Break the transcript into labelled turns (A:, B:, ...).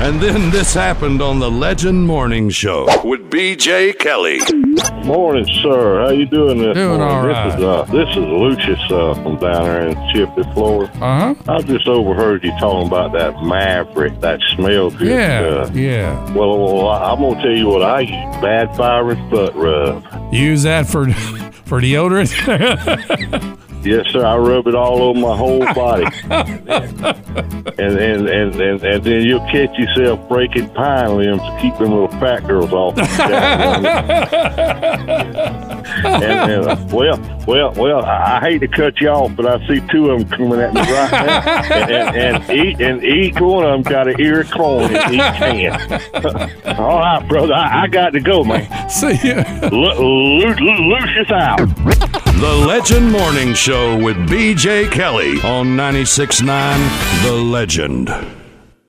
A: And then this happened on the Legend Morning Show with BJ Kelly.
B: Morning, sir. How you doing this
C: Doing
B: morning?
C: all
B: This is uh, this is Lucius uh, from down there in Chipley, Florida.
C: Uh huh.
B: I just overheard you talking about that Maverick, that smell good
C: Yeah.
A: uh,
B: stuff.
C: Yeah.
B: Well, well, I- I'm gonna tell you what I use: bad firing foot rub.
C: Use that for for deodorant.
B: Yes, sir. I rub it all over my whole body, and, and and and and then you'll catch yourself breaking pine limbs to keep them little fat girls off. the ground. and, and, uh, well, well, well. I I hate to cut you off, but I see two of them coming at me right now, and, and, and each and each one of them got an ear of corn in each hand. all right, brother. I, I got to go, man.
C: See ya.
B: Lu- Lu- Lu- Lucius out.
A: The Legend Morning Show with BJ Kelly on 96.9 The Legend.